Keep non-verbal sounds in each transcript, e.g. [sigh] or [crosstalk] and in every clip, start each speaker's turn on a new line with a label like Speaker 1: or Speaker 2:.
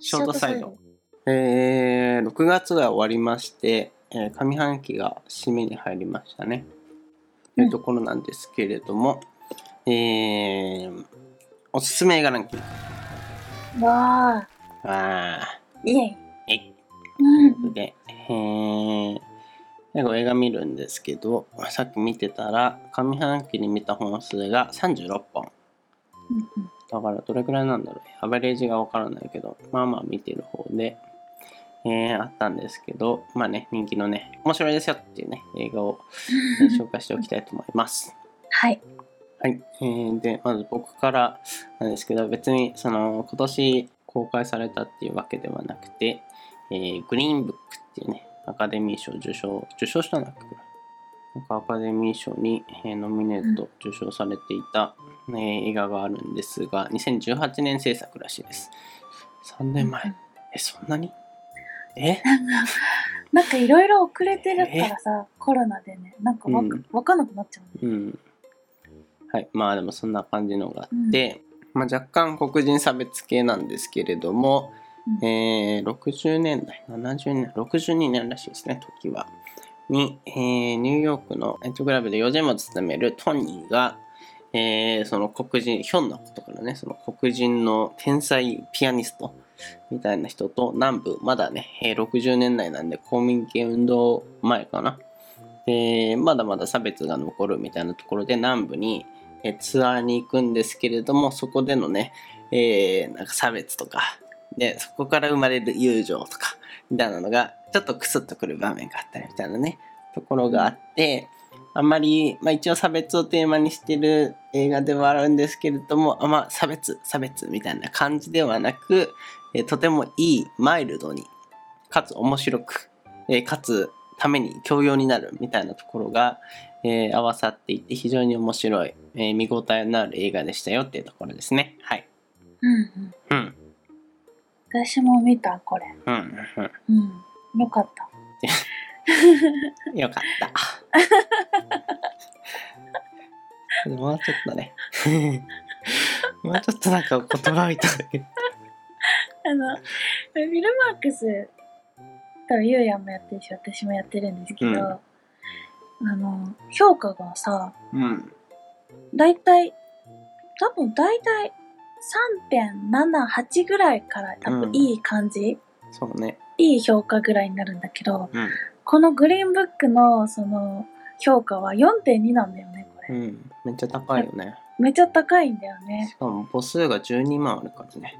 Speaker 1: ショートサイド
Speaker 2: ショート。
Speaker 1: えー、6月が終わりまして、えー上半期が締めに入りましたね。
Speaker 2: うん
Speaker 1: というところなんですけれども、えー、おすすめ映画ランキング。
Speaker 2: わあ、
Speaker 1: あ
Speaker 2: イエイ。
Speaker 1: ー、えい
Speaker 2: うん。
Speaker 1: で、えー、最後映画見るんですけど、さっき見てたら、上半期に見た本数が36本。だからどれくらいなんだろうアベレージがわからないけど、まあまあ見てる方で、えーあったんですけど、まあね、人気のね、面白いですよっていうね、映画を、えー紹介しておきたいと思います。
Speaker 2: はい。
Speaker 1: はい。えーで、まず僕からなんですけど、別にその今年公開されたっていうわけではなくて、えーグリーンブックっていうね、アカデミー賞受賞、受賞したんだっけこれなんかアカデミー賞に、えーノミネート受賞されていた、えー映画があるんですが、2018年制作らしいです。3年前。え、そんなにえ
Speaker 2: なんかいろいろ遅れてるからさ、コロナでね、なんかわ,、
Speaker 1: うん
Speaker 2: わかんなくなっちゃうね。
Speaker 1: うん。はい。まあでもそんな感じのがあって、まあ、若干黒人差別系なんですけれども、
Speaker 2: うん
Speaker 1: えー60年代、70年、62年らしいですね、時は。に、えーニューヨークのナイトクラブで4時も務めるトニーが、えーその黒人、ひょんなことからね、その黒人の天才ピアニストみたいな人と南部、まだね、えー60年代なんで公民権運動前かな。で、まだまだ差別が残るみたいなところで南部に、えーツアーに行くんですけれども、そこでのね、えーなんか差別とか、で、そこから生まれる友情とか、みたいなのが、ちょっとクスッとくる場面があったりみたいなね、ところがあって、あんまり、まあ一応差別をテーマにしてる映画ではあるんですけれども、あんま差別、差別みたいな感じではなく、えーとてもいい、マイルドに、かつ面白く、えーかつために教養になるみたいなところが、えー合わさっていて非常に面白い、えー見応えのある映画でしたよっていうところですね。はい。
Speaker 2: うんうん。
Speaker 1: うん。
Speaker 2: 私も見た、これ。
Speaker 1: うん。うん
Speaker 2: うん。よかった。
Speaker 1: よかった。 [laughs] もうちょっとね。 [laughs] もうちょっとなんか言葉をいただけ。
Speaker 2: あの、フィルマークスとゆうやもやってるし、私もやってるんですけど、
Speaker 1: うん
Speaker 2: あの、評価がさ、
Speaker 1: うん。
Speaker 2: だいたい、多分だいたい3.78ぐらいから多
Speaker 1: う
Speaker 2: 分
Speaker 1: ん
Speaker 2: いい感じ、
Speaker 1: そうね。
Speaker 2: いい評価ぐらいになるんだけど、
Speaker 1: うん。
Speaker 2: このグリーンブックのその評価は4.2なんだよね、こ
Speaker 1: う
Speaker 2: れ。
Speaker 1: ん。めっちゃ高いよね。
Speaker 2: めっちゃ高いんだよね
Speaker 1: し。かも母数が12万あるからね。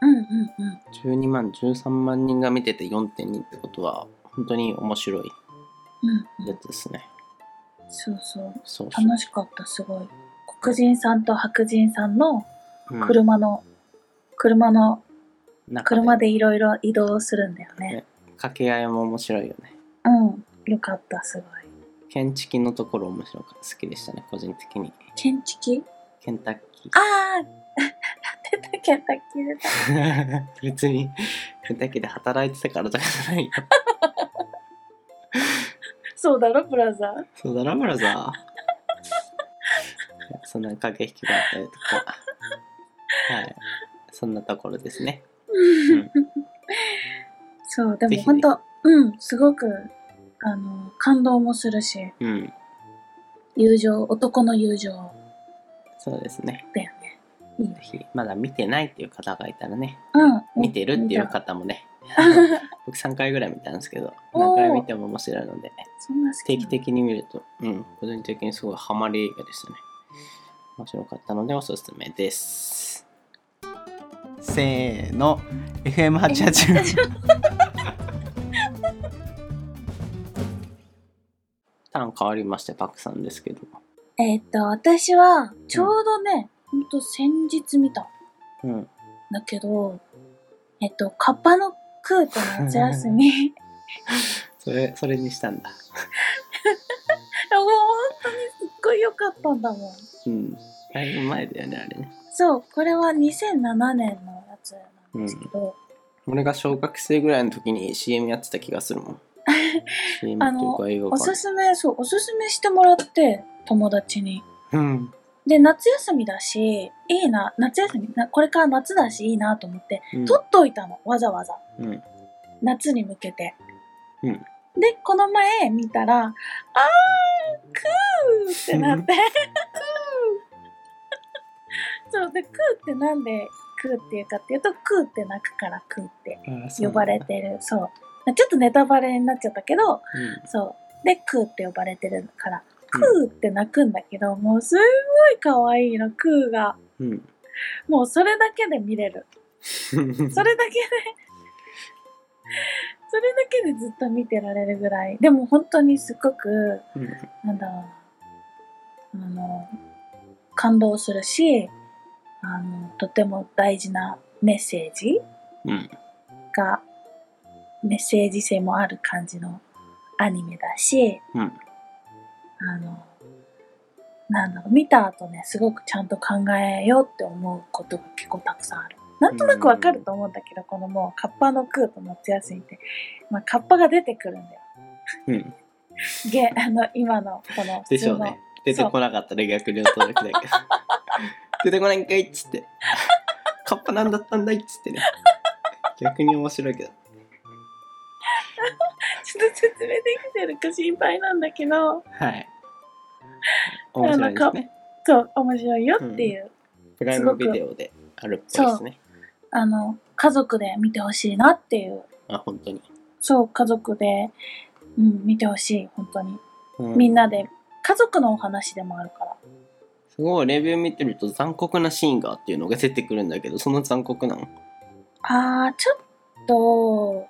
Speaker 2: うんうんうん。
Speaker 1: 12万、13万人が見てて4.2ってことは、本当に面白い
Speaker 2: うん、う
Speaker 1: や
Speaker 2: ん。
Speaker 1: つですね。
Speaker 2: そうそう。
Speaker 1: そうそう。
Speaker 2: 楽しかった、すごい。黒人さんと白人さんの
Speaker 1: うん
Speaker 2: 車の、車の、
Speaker 1: 中
Speaker 2: 車でいろいろ移動するんだよね。
Speaker 1: ね掛け合いも面白いよね。
Speaker 2: うん。よかった、すごい。
Speaker 1: 建築のところ面白かった。好きでしたね、個人的に。
Speaker 2: 建築
Speaker 1: ケンタッキー。
Speaker 2: あー [laughs] 出た、ケンタッキー出た。
Speaker 1: [laughs] 別にケンタッキーで働いてたからとかじゃないよ [laughs]
Speaker 2: そうだろ、ブラザー。
Speaker 1: そうだろブラザーいや
Speaker 2: [laughs]
Speaker 1: そんな駆け引きがあったりとかはいそんなところです
Speaker 2: [laughs]
Speaker 1: ねん
Speaker 2: そう、
Speaker 1: ぜ
Speaker 2: でも
Speaker 1: ひぜ
Speaker 2: 本
Speaker 1: ひ
Speaker 2: 当うん、すごく、あの、感動もするし、
Speaker 1: うん
Speaker 2: 友情、男の友情
Speaker 1: そうですね
Speaker 2: だよね。いい
Speaker 1: ぜ
Speaker 2: ね。
Speaker 1: ひまだ見てないっていう方がいたらね
Speaker 2: うん。
Speaker 1: 見てるっていう
Speaker 2: 見た
Speaker 1: 方も
Speaker 2: [laughs]
Speaker 1: ね僕3回ぐらい見たんですけど何
Speaker 2: おー
Speaker 1: 回見ても面白いので
Speaker 2: そんな好き
Speaker 1: 定
Speaker 2: な
Speaker 1: 期
Speaker 2: の
Speaker 1: 的に見るとうん個人的にすごいハマり映画でしたね面白かったのでおすすめですせーの FM880 [laughs] ターン変わりましてパクさんですけど
Speaker 2: [laughs] えーっと、私は、ちょうどね、ほんと先日見たん
Speaker 1: うん
Speaker 2: だけど、えっと、カッパの空と夏休
Speaker 1: [laughs]
Speaker 2: み。
Speaker 1: それそれにしたんだ
Speaker 2: もう本当にすっごい良かったんだもん。
Speaker 1: うんだいぶ前だよねあれね
Speaker 2: そう、これは2007年のやつなんですけど、
Speaker 1: 俺が小学生ぐらいの時に CM やってた気がするもん CM っていうか映画
Speaker 2: お
Speaker 1: か
Speaker 2: すすめ、そう、おすすめしてもらって、友達に。
Speaker 1: うん
Speaker 2: で、夏休みだし、いいな、夏休み、なこれから夏だし、いいなと思って、
Speaker 1: うん
Speaker 2: 撮っといたの、わざわざ。
Speaker 1: うん
Speaker 2: 夏に向けて。
Speaker 1: うん
Speaker 2: で、この前見たら、あー、クー [laughs] ってなって、クーそう、で、クーってなんで、クーっていうかっていうと、クーって鳴くから、クーって呼ばれ、てる。そう。ちょっとネタバレになっちゃったけど、
Speaker 1: あそうなんだ
Speaker 2: そう。で、クーって呼ばれてるから、
Speaker 1: うん
Speaker 2: クーって鳴くんだけど、もうすんごい可愛いの、クーが。
Speaker 1: うんうん、
Speaker 2: もうそれだけで見れる。それだけで、それだけでずっと見てられるぐらい。でも本当にすごく、
Speaker 1: うん
Speaker 2: なんだろうな。あの、感動するし、あの、とても大事なメッセージ
Speaker 1: うん
Speaker 2: が、メッセージ性もある感じのアニメだし、
Speaker 1: うん
Speaker 2: あの、なんだろう、見た後ね、すごくちゃんと考えようって思うことが結構たくさんある。なんとなくわかると思うんだけど、このもう、カッパの空と夏休みって、まあ、カッパが出てくるんだよ。
Speaker 1: うん
Speaker 2: げ、 [laughs] あの、今の、この、
Speaker 1: でしょう
Speaker 2: 普通の
Speaker 1: ね。出てこなかったら逆に驚きだけど
Speaker 2: [laughs]
Speaker 1: 出てこないんかいっつってカッパなんだったんだいっつってね逆に面白いけど
Speaker 2: ちょっと説明できてるか心配なんだけど、
Speaker 1: はい面白いですね
Speaker 2: そう、面白いよっていう、
Speaker 1: プライムビデオであるっぽいですね
Speaker 2: あの、家族で見てほしいなっていう、
Speaker 1: あ本当に、
Speaker 2: そう、家族で、うん、見てほしい、本当に。
Speaker 1: う
Speaker 2: みんなで、家族のお話でもあるから。
Speaker 1: すごいレビュー見てると残酷なシーンがっていうのが出てくるんだけどその残酷なの
Speaker 2: あー、ちょっと、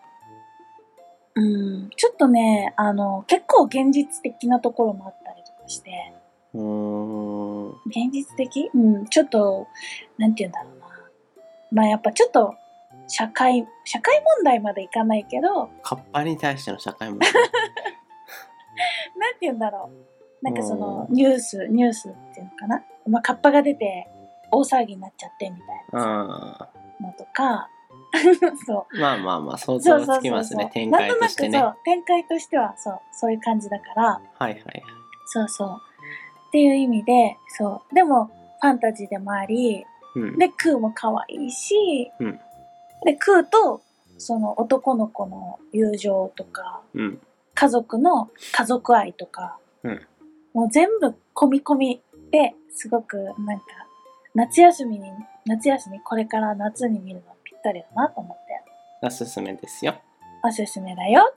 Speaker 2: うん、ちょっとね、あの、結構現実的なところもあったりとかして、
Speaker 1: うーん
Speaker 2: 現実的うん、ちょっと、なんて言うんだろうな。まあやっぱちょっと、社会、社会問題までいかないけど、
Speaker 1: カッパに対しての社会問
Speaker 2: [laughs]
Speaker 1: 題
Speaker 2: なんて言うんだろう。なんかその、
Speaker 1: う
Speaker 2: ニュース、ニュースっていうのかな。まあ、カッパが出て、大騒ぎになっちゃってみたいな
Speaker 1: あ
Speaker 2: のとか、 [laughs] そう。
Speaker 1: ーまあまあまあ想像
Speaker 2: そうそう
Speaker 1: は
Speaker 2: そう
Speaker 1: つきます
Speaker 2: そう
Speaker 1: ね展開としてね
Speaker 2: なんと
Speaker 1: は
Speaker 2: なくそう展開としてはそうそういう感じだから
Speaker 1: いはい
Speaker 2: そうそうっていう意味でそうでもファンタジーでもあり
Speaker 1: うん
Speaker 2: でクーも可愛いし、
Speaker 1: うん
Speaker 2: でクーとその男の子の友情とか
Speaker 1: うん
Speaker 2: 家族の家族愛とか、
Speaker 1: うん
Speaker 2: もう全部込み込みですごくなんか夏休みに夏休みこれから夏に見るのぴったりだなと思って
Speaker 1: おすすめですよ
Speaker 2: おすすめだよ
Speaker 1: は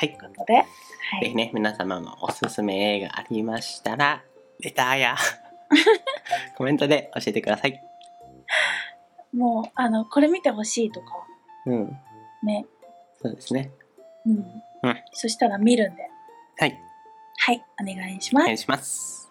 Speaker 2: とい
Speaker 1: いう
Speaker 2: ことで、は
Speaker 1: ぜひね、皆様のおすすめ映画ありましたら、レター [laughs] やコメントで教えてください。
Speaker 2: もう、あの、これ見てほしいとか、
Speaker 1: うん、
Speaker 2: ね。
Speaker 1: そうですね。
Speaker 2: うん。
Speaker 1: うん
Speaker 2: そしたら見るんで。
Speaker 1: はい、
Speaker 2: はい、お願いしま
Speaker 1: お
Speaker 2: す。
Speaker 1: 願いします。